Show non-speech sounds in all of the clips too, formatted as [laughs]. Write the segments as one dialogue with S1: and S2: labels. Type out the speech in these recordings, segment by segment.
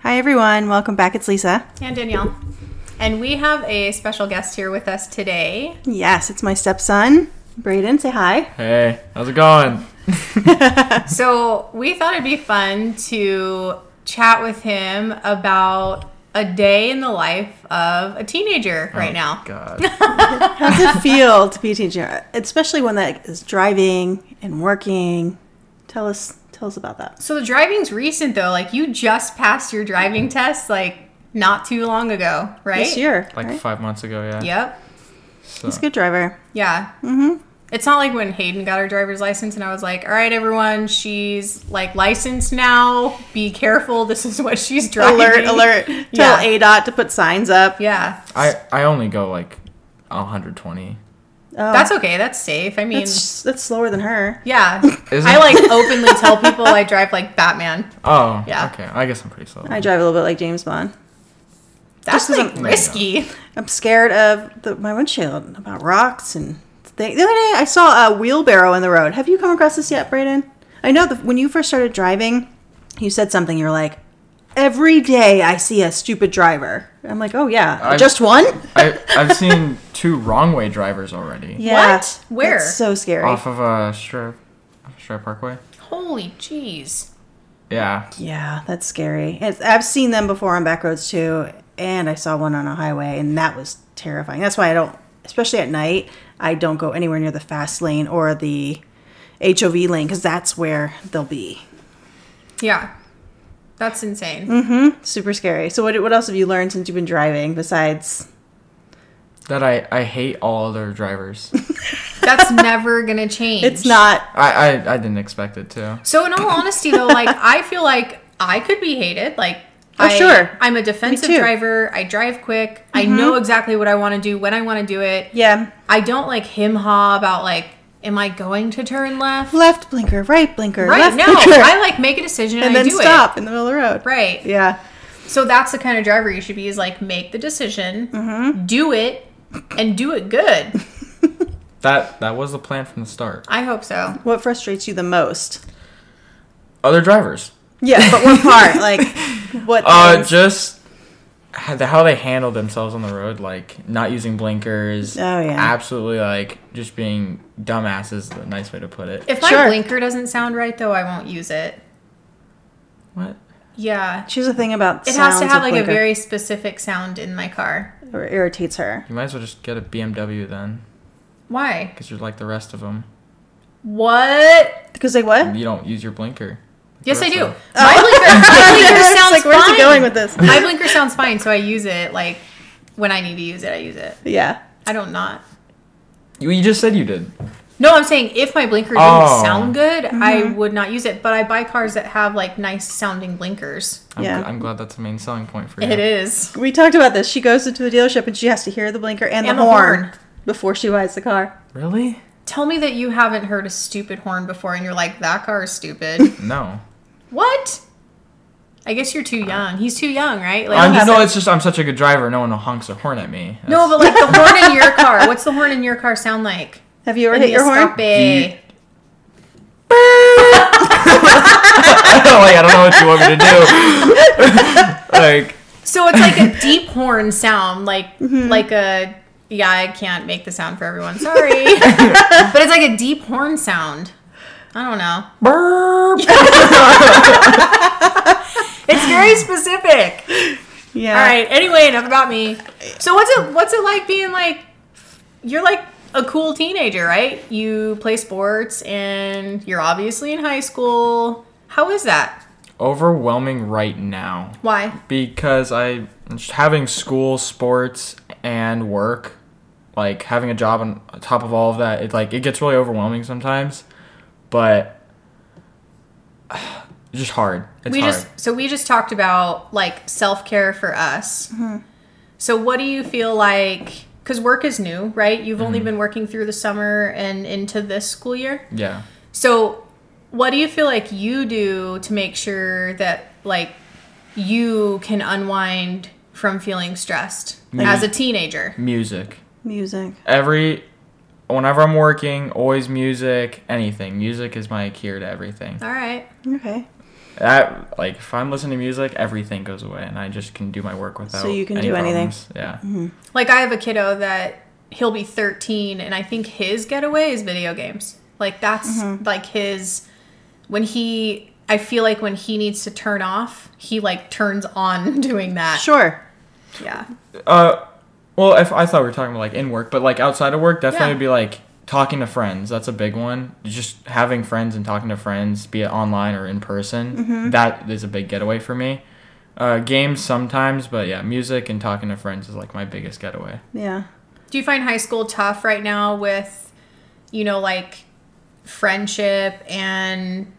S1: Hi, everyone. Welcome back. It's Lisa.
S2: And Danielle. And we have a special guest here with us today.
S1: Yes, it's my stepson, Braden. Say hi.
S3: Hey, how's it going?
S2: So we thought it'd be fun to chat with him about a day in the life of a teenager right
S1: Oh.
S2: now.
S3: God.
S1: How does it feel to be a teacher, especially one that is driving and working? Tell us, tell us about that.
S2: So the driving's recent though. Like you just passed your driving test like not too long ago, right?
S1: This year,
S3: Like
S1: right?
S3: five months ago, yeah.
S2: Yep.
S3: So,
S1: he's a good driver.
S2: Yeah. Mm-hmm. It's not like when Hayden got her driver's license and I was like, all right, everyone, she's like licensed now. Be careful. This is what she's driving.
S1: Alert, alert! Tell
S2: [laughs] Yeah.
S1: ADOT to put signs up.
S2: Yeah.
S3: I, I only go like 120.
S1: Oh,
S2: That's okay. That's safe. I mean,
S1: that's that's slower than her. [laughs]
S2: yeah.
S3: Isn't-
S2: I like openly tell people I drive like Batman.
S3: Oh,
S2: Yeah.
S3: Okay, I guess I'm pretty slow.
S1: I drive a little bit like James Bond.
S2: That's
S1: This
S2: like
S1: isn't-
S2: risky.
S1: I'm scared of the, my windshield about rocks and things. The other day, I saw a wheelbarrow in the road. Have you come across this yet, Brayden? I know that when you first started driving, you said something. You were like, "Every day I see a stupid driver." I'm like, "Oh yeah,
S3: I've-
S1: just one."
S3: I, I've seen two wrong way drivers already.
S1: Yeah,
S2: What? Where?
S1: That's so scary.
S3: Off of uh, Stra Stra Parkway.
S2: Holy jeez.
S3: Yeah.
S1: Yeah, that's scary. It's, I've seen them before on back roads too, and I saw one on a highway, and that was terrifying. That's why I don't, especially at night, I don't go anywhere near the fast lane or the HOV lane because that's where they'll be.
S2: Yeah. That's insane.
S1: Mm. Super scary. So, what, what else have you learned since you've been driving besides?
S3: That I, I hate all other drivers.
S1: [laughs]
S2: That's never going to change.
S1: It's not.
S3: I, I, I didn't expect it to.
S2: So in all honesty
S1: [laughs]
S2: though, like I feel like I could be hated. Like
S1: Oh,
S2: I,
S1: sure.
S2: I'm a defensive
S1: too. Mm-hmm.
S2: driver. I drive quick. I know exactly what I want to do when I want to do it.
S1: Yeah.
S2: I don't like him haw about like, am I going to turn left?
S1: Left blinker, right blinker,
S2: right
S1: left
S2: now,
S1: [laughs] blinker,
S2: I like make a decision and,
S1: and
S2: I
S1: then
S2: do
S1: stop in the middle of the road.
S2: it. Right.
S1: Yeah.
S2: So that's the kind of driver you should be is like make the decision,
S1: Mm-hmm.
S2: do it, and do it good.
S3: That that was the plan from the start.
S2: I hope so.
S1: What frustrates you the most?
S3: Other drivers.
S1: Yeah, but what
S2: [laughs]
S1: part? like, what?
S3: Uh,
S1: things?
S3: just how the- how they handle themselves on the road, like not using blinkers.
S1: Oh, yeah.
S3: Absolutely, like just being dumbasses. is the nice way to put it.
S2: If my
S1: Sure.
S2: blinker doesn't sound right though, I won't use it.
S3: what?
S2: Yeah.
S1: She's a thing about
S2: It has to have like a
S1: very.
S2: very specific sound in my car.
S1: or irritates her.
S3: You might as well just get a BMW then,
S2: Why?
S3: because you're like the rest of them.
S2: What?
S1: Because they what?
S3: You don't use your blinker. Like the
S2: Yes, I
S3: rest
S2: do.
S3: of 'em.
S2: My blinker,
S1: [laughs]
S2: my blinker
S1: Oh. It's
S2: sounds
S1: like, where's
S2: fine.
S1: it going with this?
S2: my blinker sounds fine, so I use it like when I need to use it. I use it.
S1: Yeah.
S2: I don't not.
S3: You, you just said you did.
S2: No, I'm saying if my blinker didn't
S3: Oh.
S2: sound good, I
S1: Mm-hmm.
S2: would not use it. But I buy cars that have like nice sounding blinkers.
S3: I'm,
S1: Yeah.
S3: gl- I'm glad that's the main selling point for you.
S2: It is.
S1: We talked about this. She goes into the dealership and she has to hear the blinker and,
S2: And
S1: the,
S2: the
S1: horn,
S2: horn.
S1: before she buys the car.
S3: Really?
S2: Tell me that you haven't heard a stupid horn before, and you're like, that car is
S1: [laughs]
S2: stupid.
S3: No.
S2: what? I guess you're too young. He's too young, right? Like,
S3: I'm
S2: he's
S3: just, no,
S2: like-
S3: it's just I'm such a good driver. No one honks a horn at me.
S2: no, but like the horn in your car. What's the horn in your car sound like?
S1: Have you ever hit your horn?
S2: Stop it.
S3: [laughs] like I don't know what you want me to do. [laughs] like
S2: So it's like a deep horn
S1: [laughs]
S2: sound, like
S1: Mm-hmm.
S2: like a yeah. I can't make the sound for
S1: [laughs]
S2: everyone. Sorry, but it's like a deep horn sound. I don't know.
S3: burp.
S2: It's very specific.
S1: Yeah.
S2: All right. Anyway, enough about me. So what's it what's it like being like you're like a cool teenager, right? You play sports and you're obviously in high school. How is that?
S3: Overwhelming right now.
S2: Why?
S3: because I just having school, sports, and work, like having a job on top of all of that, it like it gets really overwhelming sometimes. But [sighs] it's just hard. It's
S2: we
S3: hard.
S2: just so we just talked about like self-care for us so what do you feel like because work is new right you've only
S3: Mm-hmm.
S2: been working through the summer and into this school year
S3: yeah.
S2: so what do you feel like you do to make sure that like you can unwind from feeling stressed as a teenager
S3: Music.
S1: Music.
S3: Every whenever I'm working, always music, anything. Music is my cure to everything.
S2: all right
S1: Okay.
S3: That like if I'm listening to music, everything goes away, and I just can do my work without.
S1: you can do anything.
S3: problems. Yeah.
S2: Like I have a kiddo that he'll be 13 and I think his getaway is video games. Like that's like his when he I feel like when he needs to turn off, he like turns on [laughs] doing that.
S1: Sure.
S2: Yeah.
S3: Uh, well, if I thought we were talking about like in work, but like outside of work, definitely
S2: Yeah.
S3: would be like talking to friends. That's a big one. Just having friends and talking to friends, be it online or in person, that is a big getaway for me. Uh, games sometimes, but yeah, music and talking to friends is like my biggest getaway.
S1: Yeah.
S2: Do you find high school tough right now with you know like friendship and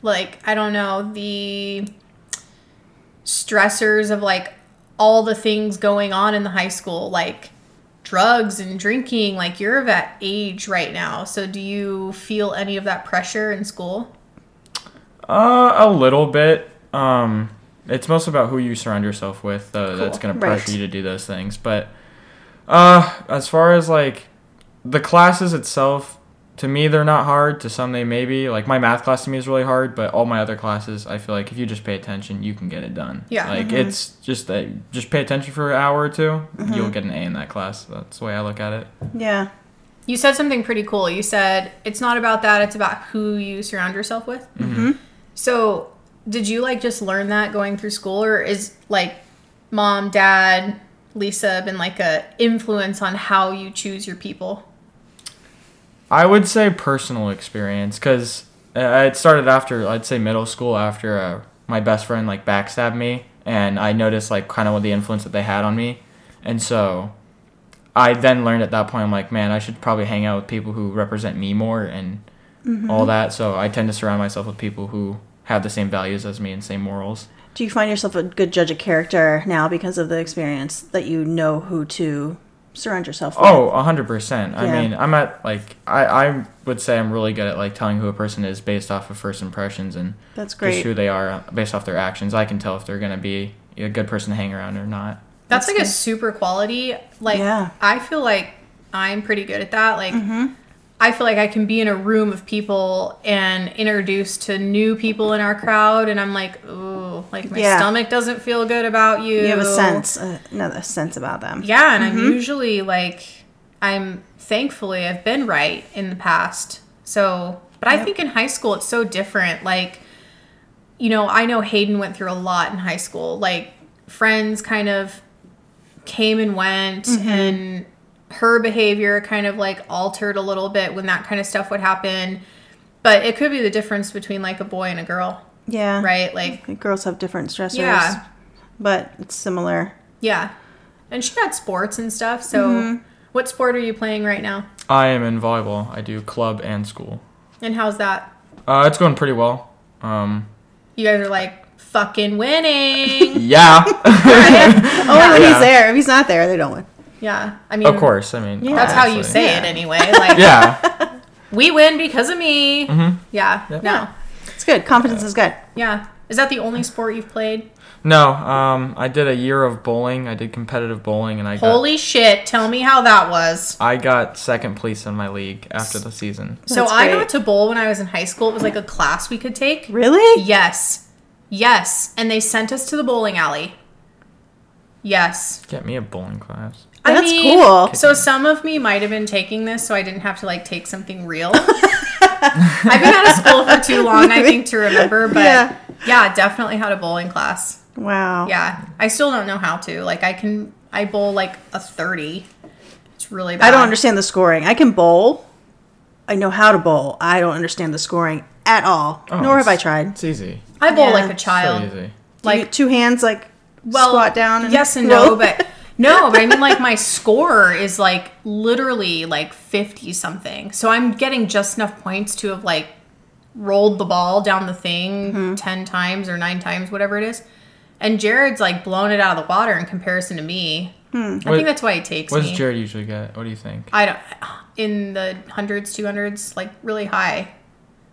S2: like I don't know the stressors of like all the things going on in the high school like drugs and drinking like you're of that age right now so do you feel any of that pressure in school
S3: Uh, a little bit. Um, it's mostly about who you surround yourself with, though. That's
S2: Cool.
S3: gonna pressure
S1: Right.
S3: you to do those things. But uh, as far as like the classes itself, to me they're not hard. To some they may be. Like my math class to me is really hard, but all my other classes, I feel like if you just pay attention, you can get it done.
S2: Yeah. Mm-hmm.
S3: Like it's just that just pay attention for an hour or 2 you
S2: Mm-hmm.
S3: you'll get an A in that class. That's the way I look at it.
S1: Yeah.
S2: you said something pretty cool you said it's not about that it's about who you surround yourself with
S1: Mm-hmm.
S2: so did you like just learn that going through school or is like mom dad lisa been like a influence on how you choose your people
S3: I would say personal experience because uh, it started after I'd say middle school after uh, my best friend like backstabbed me and I noticed like kind of what the influence that they had on me, and so I then learned at that point I'm like man I should probably hang out with people who represent me more and all that. So I tend to surround myself with people who have the same values as me and same morals.
S1: Do you find yourself a good judge of character now because of the experience that you know who to surround yourself with?
S3: Oh, a hundred percent. I
S1: Yeah.
S3: mean, I'm at like I, I would say I'm really good at like telling who a person is based off of first impressions and
S1: That's
S3: just
S1: great.
S3: who they are uh, based off their actions. I can tell if they're gonna be a good person to hang around or not.
S2: that's, like a super quality like
S1: Yeah. Mm-hmm.
S2: i feel like i'm pretty good at that like i feel like i can be in a room of people and introduced to new people in our crowd and i'm like ooh like my
S1: Yeah.
S2: stomach doesn't feel good about you
S1: You have a sense, uh, no, a sense about them.
S2: Yeah, and I'm usually like, I'm thankfully I've been right in the past. So, but I think in high school it's so different. Like, you know, I know Hayden went through a lot in high school. Like, friends kind of came and went, and her behavior kind of like altered a little bit when that kind of stuff would happen. But it could be the difference between like a boy and a girl,
S1: Yeah.
S2: right? Like,
S1: Like, girls have different stressors.
S2: Yeah.
S1: But it's similar.
S2: yeah. And she had sports and stuff. So, what sport are you playing right now?
S3: I am in volleyball. I do club and school.
S2: And how's that?
S3: Uh, it's going pretty well. Um,
S2: You guys are like
S1: [laughs]
S2: fucking winning. [laughs]
S3: yeah,
S2: right?
S1: Only when
S3: Yeah.
S1: Oh, he's there. If he's not there, they don't win.
S2: yeah. I mean,
S3: of course. I mean,
S2: That's how you
S3: obviously.
S2: say it
S1: Yeah. [laughs]
S2: anyway. Like, [laughs]
S3: Yeah, Mm-hmm.
S2: we win because of me. Yeah. No.
S1: It's good. Confidence is good.
S2: Yeah. Is that the only sport you've played?
S3: no. Um, I did a year of bowling. I did competitive bowling, and I got
S2: Holy shit. Tell me how that was.
S3: I got second place in my league after the season.
S2: So
S1: That's
S2: I
S1: great.
S2: got to bowl when I was in high school. It was like a class we could take.
S1: Really?
S2: Yes. Yes. And they sent us to the bowling alley. Yes.
S3: Get me a bowling class.
S1: That's cool.
S2: So some of me might have been taking this, so I didn't have to like take
S1: [laughs]
S2: something real. I've been out of school for too long, I think, to remember. But
S1: Yeah.
S2: yeah. definitely had a bowling class.
S1: Wow.
S2: Yeah, I still don't know how to. Like, I can I bowl like a thirty. It's really bad.
S1: I don't understand the scoring. I can bowl. I know how to bowl. I don't understand the scoring at all.
S3: Oh,
S1: nor have I
S3: it's-
S1: tried.
S3: It's easy.
S2: I bowl
S1: Yeah.
S2: like a
S3: So
S2: child.
S3: easy.
S1: Like
S2: Like
S1: two hands, like
S2: well,
S1: squat down. And
S2: yes and no,
S1: roll? [laughs]
S2: but no, but I mean like my score is like literally like fifty something. So I'm getting just enough points to have like rolled the ball down the thing
S1: Mm-hmm.
S2: ten times or nine times, whatever it is. And Jared's like blown it out of the water in comparison to me.
S1: Hmm.
S2: I
S3: What-
S2: think that's why he takes
S3: What does
S2: me.
S3: Jared usually get? What do you think?
S2: I don't in the hundreds, two hundreds, like really high.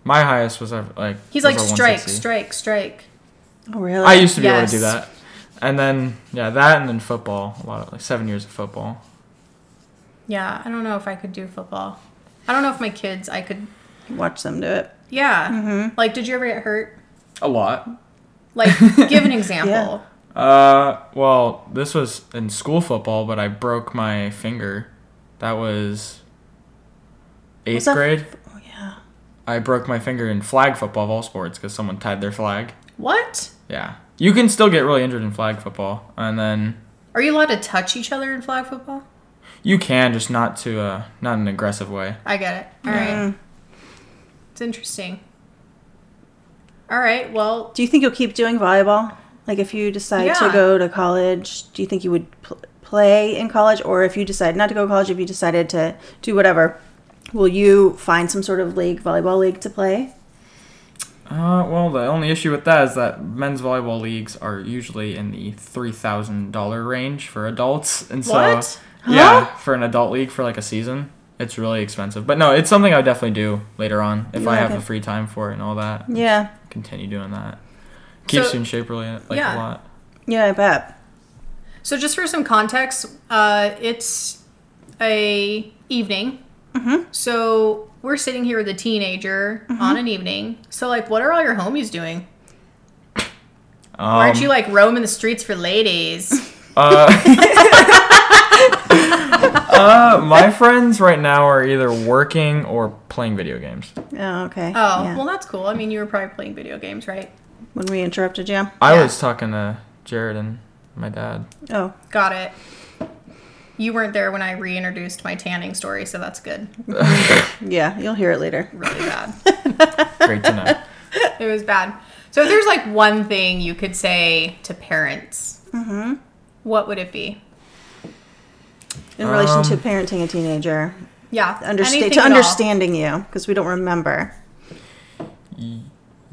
S3: My highest was uh, like
S2: He's like
S3: was a
S2: strike,
S3: 160.
S2: strike, strike.
S1: oh, really.
S3: I used to be able to do
S2: Yes.
S3: that. And then yeah, that and then football. A lot of like seven years of football.
S2: Yeah, I don't know if I could do football. I don't know if my kids I could
S1: watch them do it. Mm-hmm.
S2: Yeah. Like, did you ever get hurt?
S3: A lot.
S2: Like,
S1: [laughs]
S2: give an example.
S1: Yeah.
S3: Uh, well, this was in school football, but I broke my finger. That was eighth
S1: Was that-
S3: grade.
S1: Oh, yeah.
S3: I broke my finger in flag football of all sports because someone tied their flag.
S2: What?
S3: Yeah. You can still get really injured in flag football. And then
S2: Are you allowed to touch each other in flag football?
S3: you can, just not to, uh, not in an aggressive way.
S2: I get it. All right.
S1: Mm-hmm.
S2: It's interesting. All right. Well,
S1: Do you think you'll keep doing volleyball? Like, if you decide to
S2: Yeah.
S1: go to college, do you think you would pl- play in college? Or if you decide not to go to college, if you decided to do whatever, will you find some sort of league, volleyball league to play?
S3: Uh, well, the only issue with that is that men's volleyball leagues are usually in the three thousand dollar range for adults, and so
S2: What?
S3: yeah, for an adult league for like a season, it's really expensive. But no, it's something I would definitely do later on if
S1: You
S3: I
S1: like
S3: have
S1: it.
S3: the free time for it and all that.
S1: Yeah.
S3: Continue doing that. Keeps
S2: So-
S3: you in shape really like
S2: yeah.
S3: a
S2: [laughs]
S3: lot.
S1: Yeah, I bet.
S2: so just for some context, uh, it's a evening.
S1: Mm-hmm.
S2: So we're sitting here with a teenager on an evening. So like, what are all your homies doing?
S3: Um,
S2: Why aren't you like roaming the streets
S1: [laughs]
S2: for ladies?
S3: Uh, [laughs] uh, my friends right now are either working or playing video games.
S1: Oh, okay.
S2: Oh,
S1: Yeah.
S2: well, that's cool. I mean, you were probably playing video games, right?
S1: when we interrupted you.
S3: I
S2: Yeah.
S3: was talking to Jared and my dad.
S1: Oh,
S2: Got it. You weren't there when I reintroduced my tanning story, so that's good.
S1: yeah. You'll hear it later.
S2: Really
S1: [laughs]
S2: bad.
S3: Great
S2: [laughs]
S3: to know.
S2: It was bad. So if there's like one thing you could say to parents,
S1: Mm-hmm.
S2: what would it be?
S1: In relation to
S3: Um,
S1: parenting a teenager,
S2: Yeah,
S1: understand
S2: anything
S1: to
S2: at all.
S1: understanding you because we don't remember.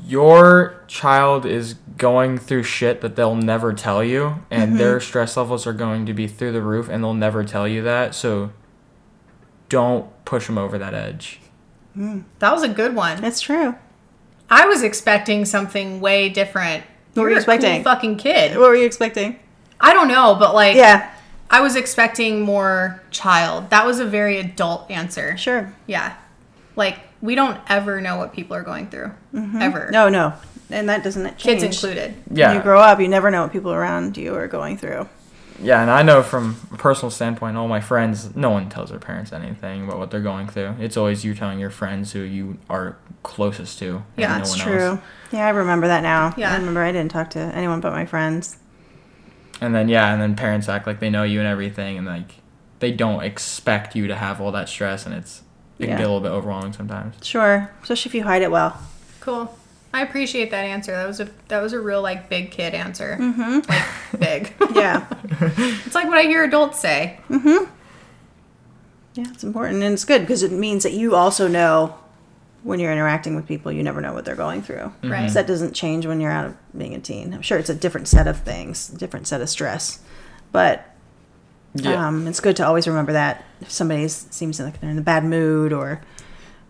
S3: your child is going through shit that they'll never tell you and
S1: Mm-hmm.
S3: their stress levels are going to be through the roof and they'll never tell you that so don't push them over that edge
S2: That was a good one.
S1: That's true.
S2: I was expecting something way different.
S1: What were you
S2: You're a cool
S1: expecting?
S2: fucking kid.
S1: What were you expecting?
S2: I don't know, but like,
S1: Yeah,
S2: I was expecting more child. That was a very adult answer.
S1: sure.
S2: Yeah, like we don't ever know what people are going through, ever.
S1: Mm-hmm. No, no, and that doesn't change.
S2: kids included.
S3: yeah
S1: When you grow up, you never know what people around you are going through.
S3: yeah and i know from a personal standpoint all my friends no one tells their parents anything about what they're going through it's always you telling your friends who you are closest to and
S2: Yeah,
S3: no
S2: that's
S3: one
S1: It's
S3: else.
S1: true. Yeah, I remember that now.
S2: Yeah.
S1: I remember I didn't talk to anyone but my friends.
S3: and then yeah and then parents act like they know you and everything and like they don't expect you to have all that stress and it's
S1: Yeah.
S3: it can get a little bit overwhelming sometimes
S1: Sure, especially if you hide it
S2: [laughs]
S1: well.
S2: Cool. I appreciate that answer. That was a that was a real like big kid answer. Mm-hmm. Like big. [laughs]
S1: Yeah,
S2: It's like what I hear adults say.
S1: yeah, it's important and it's good because it means that you also know when you're interacting with people, you never know what they're going through.
S3: Mm-hmm.
S2: Right.
S1: So that doesn't change when you're out of being a teen. I'm sure it's a different set of things, different set of stress, but
S3: Yeah.
S1: Um, it's good to always remember that if somebody s- seems like they're in a bad mood or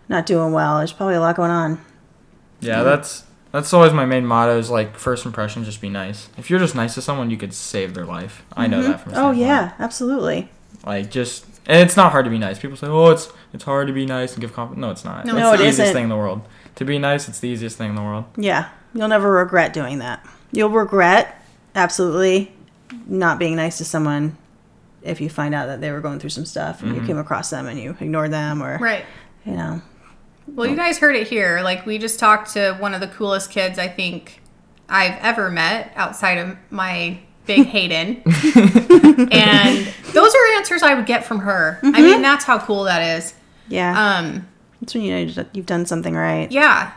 S1: not doing well, there's probably a lot going on.
S3: yeah,
S1: Mm-hmm.
S3: that's that's always my main motto is like first impression just be nice. If you're just nice to someone, you could save their life. I know that from a
S1: Oh
S3: standpoint.
S1: yeah, absolutely.
S3: Like just and it's not hard to be nice. People say, "Oh, it's it's hard to be nice and give compliments." No, it's not.
S2: No,
S3: it's
S1: No,
S3: the
S1: it
S3: easiest
S1: isn't.
S3: thing in the world. To be nice, it's the easiest thing in the world.
S1: Yeah, you'll never regret doing that. You'll regret absolutely not being nice to someone if you find out that they were going through some stuff and
S3: Mm-hmm.
S1: you came across them and you ignored them or
S2: Right.
S1: you know.
S2: Well, you guys heard it here. Like we just talked to one of the coolest kids I think I've ever met outside of my big Hayden. and those are answers I would get from her. I mean, that's how cool that is.
S1: Yeah,
S2: Um
S1: that's when you know you've- you've done something right.
S2: Yeah.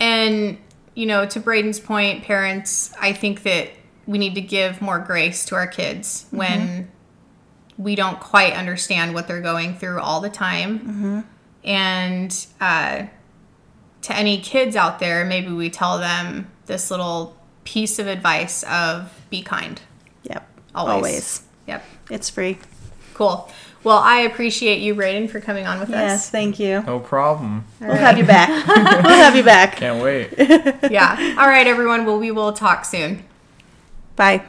S2: And, you know, to Braden's point, parents, I think that we need to give more grace to our kids when we don't quite understand what they're going through all the time. And uh, to any kids out there, maybe we tell them this little piece of advice of be kind.
S1: Yep,
S2: Always.
S1: always.
S2: Yep.
S1: It's free.
S2: Cool. Well, I appreciate you, Braden, for coming on with
S1: Yes, thank you.
S3: No problem.
S1: We'll have you
S2: [laughs]
S1: back. we'll have you back.
S3: Can't wait.
S2: us. Yeah. All right, everyone. Well, we will talk soon.
S1: Bye.